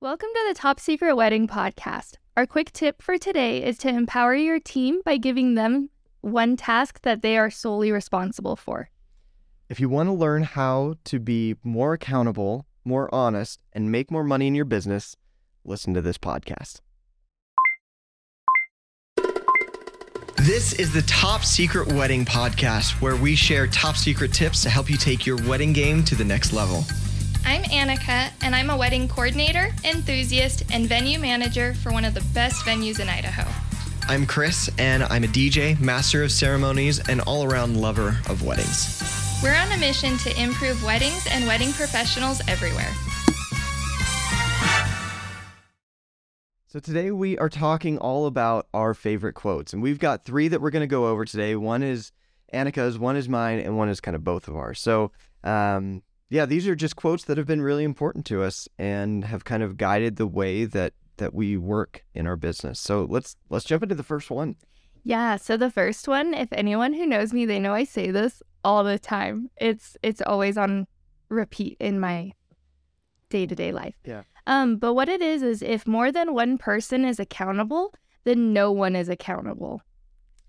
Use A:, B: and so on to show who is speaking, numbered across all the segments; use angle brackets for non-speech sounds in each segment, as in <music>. A: Welcome to the Top Secret Wedding Podcast. Our quick tip for today is to empower your team by giving them one task that they are solely responsible for.
B: If you want to learn how to be more accountable, more honest, and make more money in your business, listen to this podcast. This is the Top Secret Wedding Podcast, where we share top secret tips to help you take your wedding game to the next level.
A: I'm Annika, and I'm a wedding coordinator, enthusiast, and venue manager for one of the best venues in Idaho.
B: I'm Chris, and I'm a DJ, master of ceremonies, and all around lover of weddings.
A: We're on a mission to improve weddings and wedding professionals everywhere.
B: So today we are talking all about our favorite quotes, and we've got three that we're going to go over today. One is Annika's, one is mine, and one is kind of both of ours. So, um, yeah, these are just quotes that have been really important to us and have kind of guided the way that that we work in our business. So let's let's jump into the first one.
A: Yeah, so the first one, if anyone who knows me, they know I say this all the time. It's it's always on repeat in my day-to-day life.
B: Yeah.
A: Um, but what it is is if more than one person is accountable, then no one is accountable.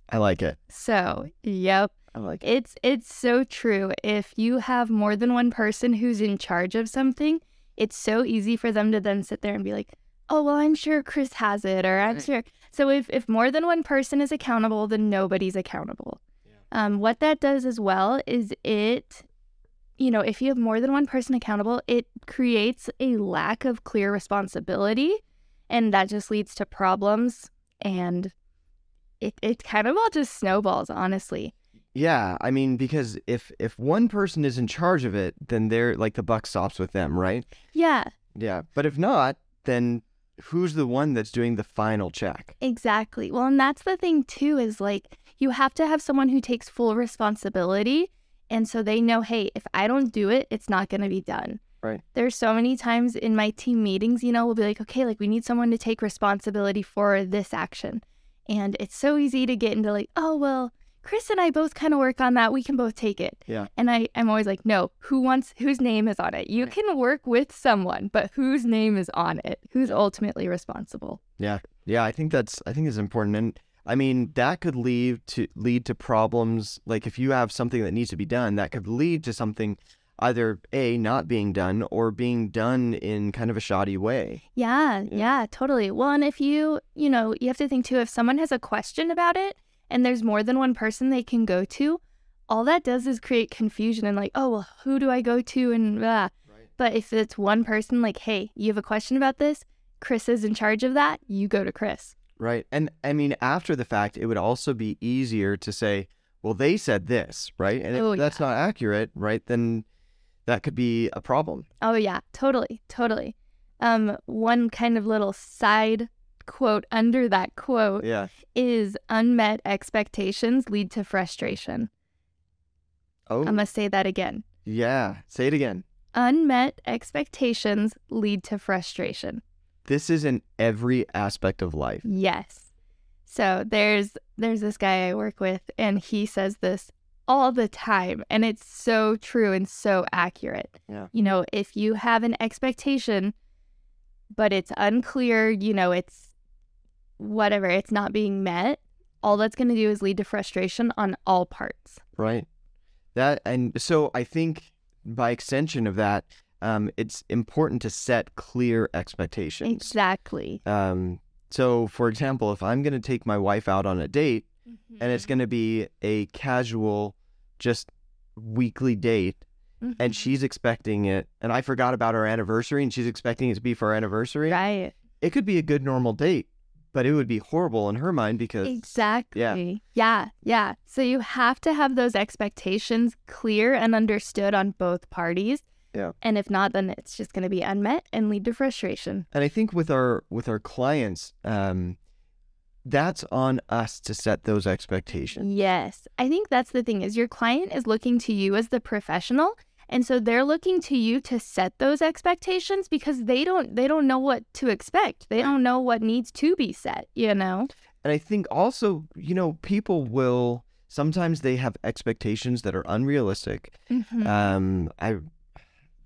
B: I like it.
A: So, yep.
B: I like
A: It's it's so true. If you have more than one person who's in charge of something, it's so easy for them to then sit there and be like, "Oh, well, I'm sure Chris has it," or "I'm
B: Right.
A: sure." So if if more than one person is accountable, then nobody's accountable. Um, what that does as well is it, you know, if you have more than one person accountable, it creates a lack of clear responsibility, and that just leads to problems and. It, it kind of all just snowballs, honestly.
B: Yeah, I mean because if if one person is in charge of it, then they're like the buck stops with them, right?
A: Yeah,
B: Yeah. But if not, then who's the one that's doing the final check?
A: Exactly. Well, and that's the thing too is like you have to have someone who takes full responsibility. And so they know, hey, if I don't do it, it's not going to be done.
B: Right.
A: There's so many times in my team meetings, you know, we'll be like, okay, like we need someone to take responsibility for this action. And it's so easy to get into like, oh, well, Chris and I both kind of work on that. We can both take it.
B: Yeah.
A: And I, I'm always like, no, who wants, whose name is on it? You
B: Right.
A: can work with someone, but whose name is on it? Who's ultimately responsible?
B: Yeah, I think that's I think it's important, and I mean that could lead to lead to problems. Like if you have something that needs to be done, that could lead to something either a not being done or being done in kind of a shoddy way.
A: Yeah,
B: Yeah.
A: yeah, totally. Well, and if you, you know, you have to think too, if someone has a question about it and there's more than one person they can go to, all that does is create confusion and like, oh, well, who do I go to? And blah.
B: Right.
A: But if it's one person, like, hey, you have a question about this, Chris is in charge of that, you go to Chris.
B: Right. And I mean after the fact, it would also be easier to say, well, they said this, right? And if
A: Oh,
B: that's not accurate, right? Then that could be a problem.
A: Oh yeah, totally, totally. Um, one kind of little side quote under that quote
B: Yeah.
A: is unmet expectations lead to frustration.
B: Oh,
A: I'm gonna say that again.
B: yeah. Say it again.
A: Unmet expectations lead to frustration.
B: This is in every aspect of life.
A: Yes. So there's there's this guy I work with and he says this all the time and it's so true and so accurate.
B: Yeah.
A: You know, if you have an expectation but it's unclear, you know, it's whatever, it's not being met, all that's going to do is lead to frustration on all parts.
B: Right. That and so I think by extension of that, um, it's important to set clear expectations.
A: Exactly.
B: Um, so, for example, if I'm going to take my wife out on a date and
A: Mm-hmm.
B: it's going to be a casual, just weekly date,
A: Mm-hmm.
B: and she's expecting it, and I forgot about our anniversary, and she's expecting it to be for our anniversary,
A: right.
B: it could be a good normal date, but it would be horrible in her mind because
A: Exactly. Yeah. Yeah. So you have to have those expectations clear and understood on both parties.
B: Yeah.
A: And if not, then it's just going to be unmet and lead to frustration.
B: and I think with our with our clients, um, that's on us to set those expectations.
A: Yes. I think that's the thing is your client is looking to you as the professional. And so they're looking to you to set those expectations because they don't they don't know what to expect. They don't know what needs to be set, you know.
B: And I think also, you know, people will sometimes they have expectations that are unrealistic.
A: Mhm.
B: Um, I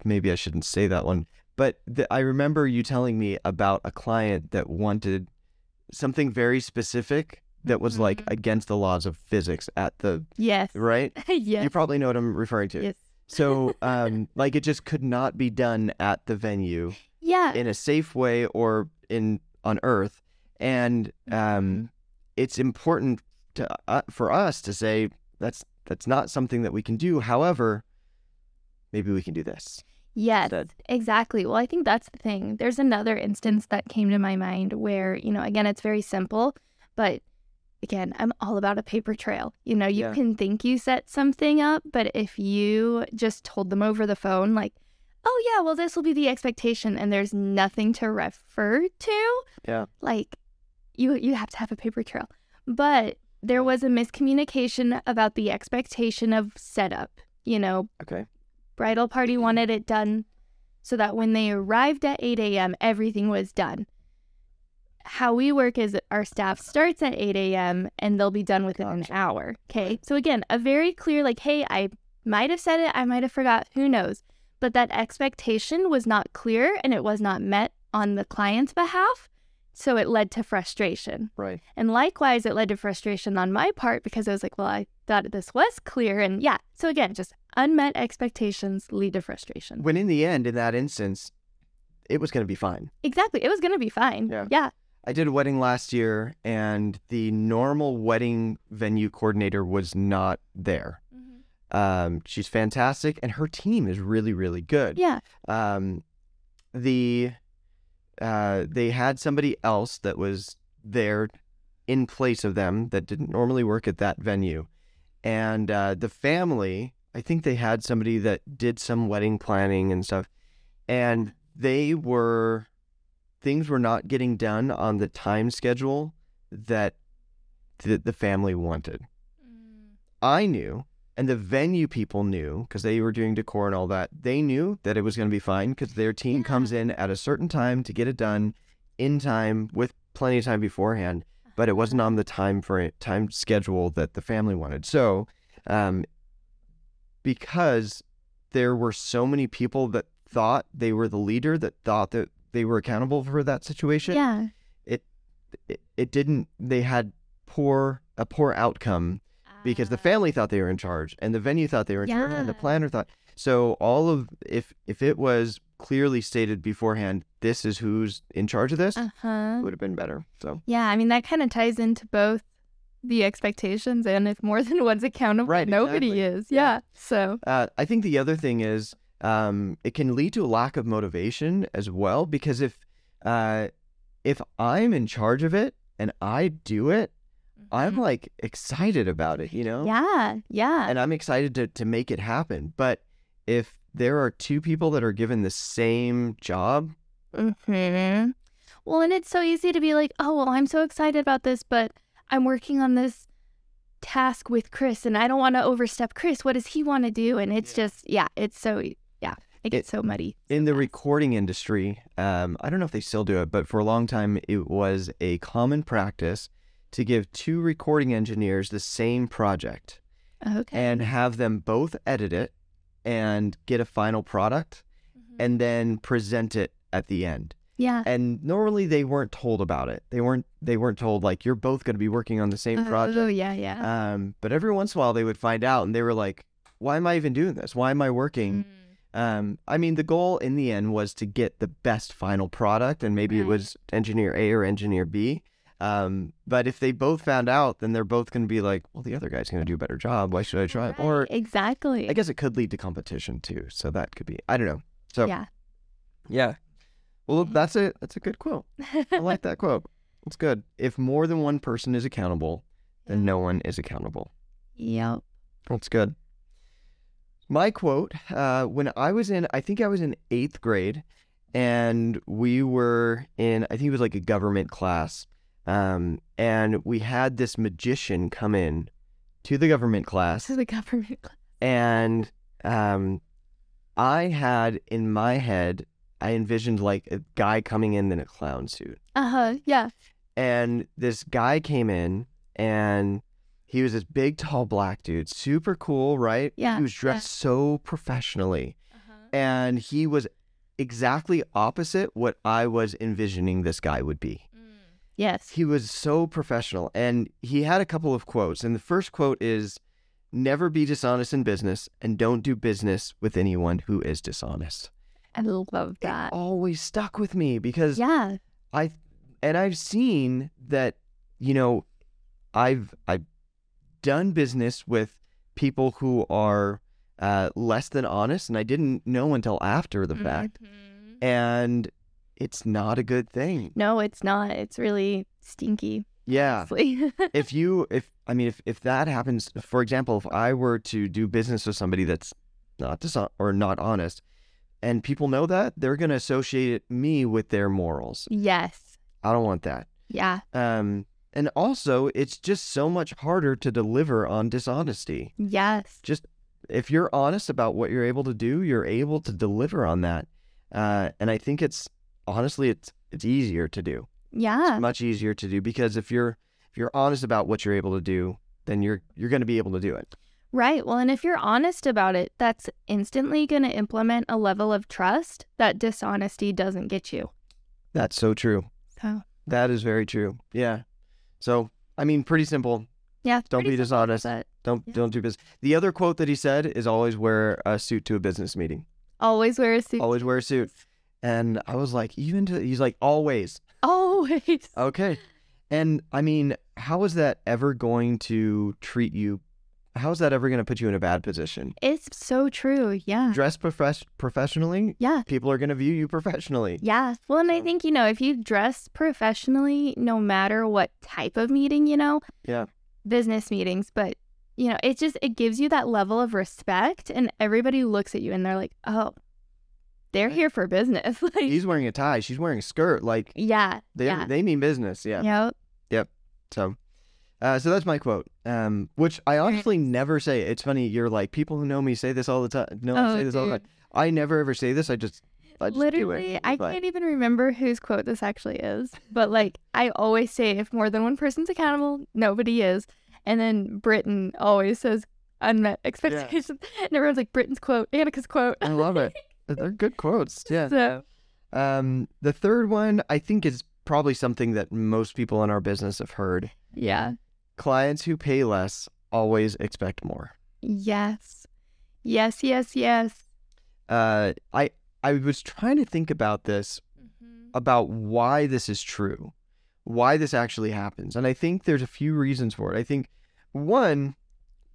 B: maybe I shouldn't say that one, But the, I remember you telling me about a client that wanted something very specific that was like
A: Mhm.
B: against the laws of physics at the
A: Yes.
B: right.
A: <laughs> yes.
B: You probably know what I'm referring to.
A: Yes.
B: So, um, like it just could not be done at the venue
A: Yeah.
B: in a safe way or in on Earth, and
A: Mm-hmm.
B: um, it's important to uh, for us to say that's that's not something that we can do. However, maybe we can do this.
A: Yes,
B: instead.
A: exactly. Well, I think that's the thing. There's another instance that came to my mind where, you know, again, it's very simple, but again, I'm all about a paper trail. You know, you
B: Yeah.
A: can think you set something up, but if you just told them over the phone, like, oh, yeah, well, this will be the expectation, and there's nothing to refer to,
B: Yeah.
A: like, you, you have to have a paper trail. But there was a miscommunication about the expectation of setup. You know,
B: Okay.
A: bridal party wanted it done so that when they arrived at 8 a.m., everything was done. How we work is our staff starts at 8 a.m. and they'll be done within an
B: Gotcha.
A: hour. Okay. So, again, a very clear, like, hey, I might have said it, I might have forgot, who knows. But that expectation was not clear and it was not met on the client's behalf. So, it led to frustration.
B: Right.
A: And likewise, it led to frustration on my part because I was like, well, I thought this was clear. And yeah, so again, just unmet expectations lead to frustration.
B: When in the end, in that instance, it was going to be fine.
A: Exactly. It was going to be fine.
B: Yeah.
A: yeah.
B: I did a wedding last year, and the normal wedding venue coordinator was not there. Um, she's fantastic, and her team is really, really good.
A: Yeah.
B: um, the uh, they had somebody else that was there in place of them that didn't normally work at that venue, and uh, the family. I think they had somebody that did some wedding planning and stuff, and they were things were not getting done on the time schedule that the, the family wanted. Mm-hmm. I knew, and the venue people knew because they were doing decor and all that. They knew that it was going to be fine because their team
A: Yeah.
B: comes in at a certain time to get it done in time with plenty of time beforehand, but it wasn't on the time for time schedule that the family wanted. So, um, because there were so many people that thought they were the leader, that thought that they were accountable for that situation,
A: Yeah.
B: it, it didn't. They had poor a poor outcome because the family thought they were in charge and the venue thought they were in charge and the
A: Yeah.
B: planner thought so all of if if it was clearly stated beforehand this is who's in charge of this
A: Uh
B: it
A: huh.
B: would have been better so
A: Yeah. I mean, that kind of ties into both the expectations and if more than one's accountable,
B: Right,
A: nobody
B: exactly.
A: is.
B: Yeah.
A: Yeah. So,
B: uh, i think the other thing is um, it can lead to a lack of motivation as well because if uh, if i'm in charge of it and i do it i'm like excited about it you know
A: Mm-hmm. yeah. Yeah.
B: and I'm excited to, to make it happen. But if there are two people that are given the same job, Mm-hmm.
A: hmm Well, and it's so easy to be like, oh, well, I'm so excited about this, but I'm working on this task with Chris and I don't want to overstep Chris. What does he want to do? And it's
B: Yeah.
A: just, yeah, it's so, yeah, it gets
B: It-
A: so muddy.
B: in the
A: fast.
B: recording industry, um, I don't know if they still do it, but for a long time, it was a common practice to give two recording engineers the same project
A: Oh, Okay.
B: and have them both edit it and get a final product and then present it at the end.
A: Mm-hmm. yeah.
B: And normally they weren't told about it. They weren't they weren't told like you're both going to be working on the same project.
A: Oh, yeah, yeah.
B: Um, but every once in a while they would find out and they were like, why am I even doing this? Why am I working?
A: Mm.
B: Um, I mean, the goal in the end was to get the best final product and maybe it
A: Right.
B: was engineer A or engineer B. Um, but if they both found out, then they're both going to be like, well, the other guy's going to do a better job. Why should I try?
A: Right,
B: Or
A: exactly.
B: I guess it could lead to competition too. So that could be, I don't know. So
A: Yeah.
B: yeah. Well, that's it. That's a good quote. I like that quote. It's good. If more than one person is accountable, <laughs> then
A: <laughs> Yeah.
B: no one is accountable.
A: Yep.
B: That's good. My quote uh, when I was in, I think I was in eighth grade, and we were in, I think it was like a government class. Um, and we had this magician come in to the government class,
A: This is the government. <laughs>
B: and um, I had in my head, I envisioned like a guy coming in in a clown suit
A: Uh huh. Yeah.
B: and this guy came in and he was this big tall black dude super cool right
A: Yeah,
B: Uh-huh. he was dressed so professionally and he was exactly opposite what I was envisioning this guy would be.
A: Yes.
B: He was so professional and he had a couple of quotes. And the first quote is never be dishonest in business and don't do business with anyone who is dishonest.
A: I love that.
B: It always stuck with me because
A: Yeah.
B: I and I've seen that you know I've I've done business with people who are uh, less than honest, and I didn't know until after
A: Mm-hmm.
B: the fact, and it's not a good thing.
A: No, it's not. It's really stinky. <laughs>
B: Yeah.
A: Honestly.
B: If you if I mean if if that happens, for example, if I were to do business with somebody that's not dishon- or not honest, and people know that, they're going to associate me with their morals.
A: yes.
B: I don't want that.
A: Yeah.
B: Um, and also, it's just so much harder to deliver on dishonesty.
A: Yes.
B: Just if you're honest about what you're able to do, you're able to deliver on that. Uh, and I think it's honestly, it's it's easier to do.
A: Yeah.
B: It's much easier to do because if you're if you're honest about what you're able to do, then you're you're going to be able to do it.
A: Right. Well, and if you're honest about it, that's instantly going to implement a level of trust that dishonesty doesn't get you.
B: That's so true.
A: So,
B: That is very true. Yeah. So I mean, pretty simple.
A: yeah.
B: Don't
A: pretty
B: be
A: simple,
B: dishonest.
A: but
B: Don't
A: Yeah.
B: don't do business. The other quote that he said is always wear a suit to a business meeting.
A: Always wear a suit.
B: always wear a suit. And I was like, even to, he's like, always.
A: Always.
B: Okay. And I mean, how is that ever going to treat you? How is that ever going to put you in a bad position?
A: It's so true. Yeah.
B: Dress profes- professionally,
A: Yeah.
B: people are going to view you professionally.
A: Yeah. Well, and I think, you know, if you dress professionally, no matter what type of meeting, you know,
B: Yeah.
A: business meetings, but, you know, it just, it gives you that level of respect and everybody looks at you and they're like, oh, they're
B: Right.
A: here for business. <laughs> like,
B: He's wearing a tie. She's wearing a skirt. Like
A: yeah.
B: they
A: yeah.
B: they mean business. Yeah.
A: Yep.
B: So, uh, so that's my quote. Um, which I honestly never say. It's funny. You're like people who know me say this all the time. No, I
A: Oh,
B: say this all the
A: dude.
B: time. I never ever say this. I just, I just do it.
A: Literally, I
B: But-
A: can't even remember whose quote this actually is, but like I always say, if more than one person's accountable, nobody is. And then Britain always says unmet expectations, <laughs> and everyone's like Britain's quote, Annika's quote.
B: I love it. They're good quotes. Yeah.
A: So
B: Um, the third one I think is probably something that most people in our business have heard.
A: yeah,
B: Clients who pay less always expect more.
A: yes, yes, yes, yes.
B: Uh, I I was trying to think about this
A: Mm-hmm.
B: about why this is true, why this actually happens, and I think there's a few reasons for it. I think one,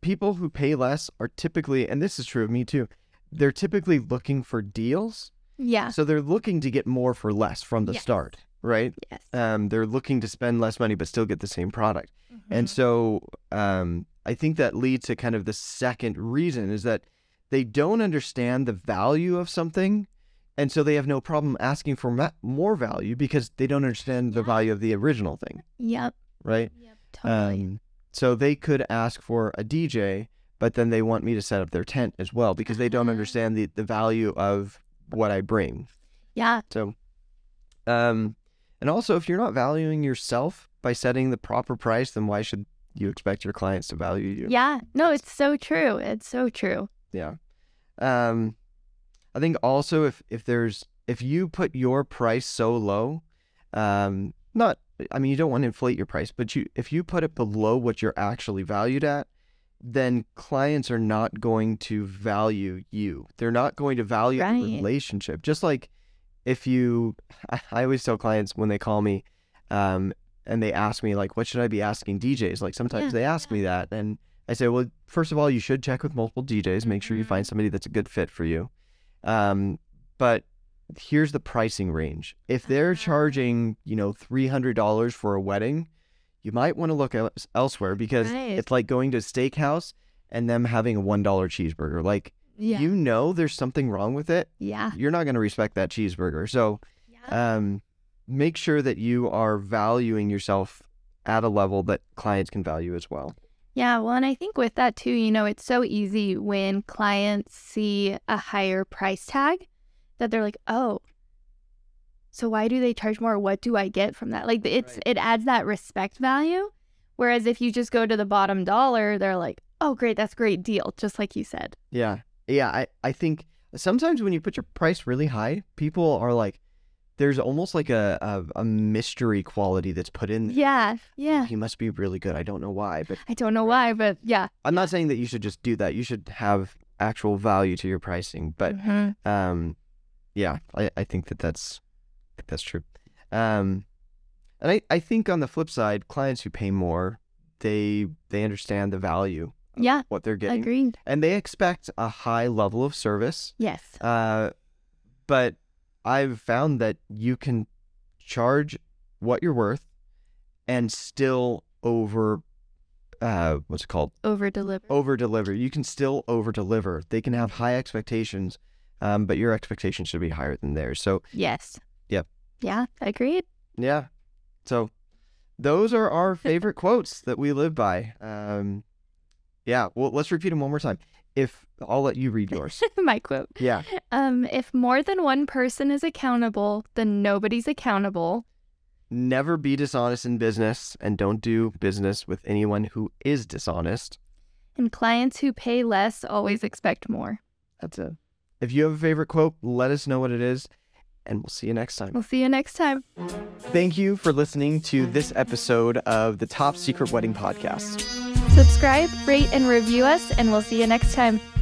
B: people who pay less are typically, and this is true of me too, they're typically looking for deals,
A: Yeah.
B: so they're looking to get more for less from the
A: Yes.
B: start, right?
A: Yes.
B: um, they're looking to spend less money but still get the same product.
A: Mm-hmm.
B: And so um, I think that leads to kind of the second reason is that they don't understand the value of something. And so they have no problem asking for ma- more value because they don't understand the
A: Yeah.
B: value of the original thing,
A: Yep.
B: right?
A: Yep. Totally.
B: Um, so they could ask for a DJ, but then they want me to set up their tent as well because they don't
A: Ah.
B: understand the, the value of what I bring.
A: yeah.
B: So, um, and also, if you're not valuing yourself by setting the proper price, then why should you expect your clients to value you?
A: Yeah. No, it's so true. It's so true.
B: Yeah. Um, I think also if if there's if you put your price so low, um, not I mean you don't want to inflate your price, but you if you put it below what you're actually valued at, then clients are not going to value you. They're not going to value
A: Right.
B: the relationship. Just like if you, <laughs> I, I always tell clients when they call me, um, and they ask me like, what should I be asking DJs? Like sometimes
A: Yeah,
B: they ask
A: yeah.
B: me that, and I say, well, first of all, you should check with multiple DJs, make sure you
A: Mhm.
B: find somebody that's a good fit for you. Um, but here's the pricing range. If they're
A: Ah.
B: charging, you know, $300 for a wedding, you might want to look el- elsewhere because
A: Right.
B: it's like going to a steakhouse and them having a $1 cheeseburger. Like,
A: Yeah.
B: you know, there's something wrong with it.
A: yeah.
B: You're not going to respect that cheeseburger. So,
A: Yeah.
B: um, make sure that you are valuing yourself at a level that clients can value as well.
A: Yeah, well, and I think with that too, you know, it's so easy when clients see a higher price tag that they're like, oh, so why do they charge more? What do I get from that? Like it's
B: Right.
A: it adds that respect value. Whereas if you just go to the bottom dollar, they're like, oh, great, that's a great deal, just like you said.
B: Yeah. Yeah. I, I think sometimes when you put your price really high, people are like, there's almost like a a, a mystery quality that's put in. there.
A: Yeah. Yeah.
B: He must be really good. I don't know why, but
A: I don't know why, but yeah.
B: I'm not saying that you should just do that. You should have actual value to your pricing, but
A: Mhm.
B: um, yeah, I, I think that that's I think that's true. Um, and I, I think on the flip side, clients who pay more, they they understand the value of
A: Yeah.
B: what they're getting,
A: Agreed.
B: and they expect a high level of service.
A: Yes.
B: Uh, but I've found that you can charge what you're worth and still over uh what's it called
A: Over deliver.
B: over deliver you can still over deliver they can have high expectations um but your expectations should be higher than theirs so
A: Yes.
B: Yep.
A: Yeah. Agreed. <laughs>
B: yeah so those are our favorite quotes that we live by um yeah well let's repeat them one more time if i'll let you read
A: <laughs>
B: yours
A: My quote.
B: yeah
A: Um, if more than one person is accountable, then nobody's accountable.
B: never be dishonest in business and don't do business with anyone who is dishonest.
A: And clients who pay less always expect more.
B: That's it. If you have a favorite quote, let us know what it is, and we'll see you next time.
A: We'll see you next time.
B: Thank you for listening to this episode of the Top Secret Wedding Podcast.
A: Subscribe, rate, and review us, and we'll see you next time.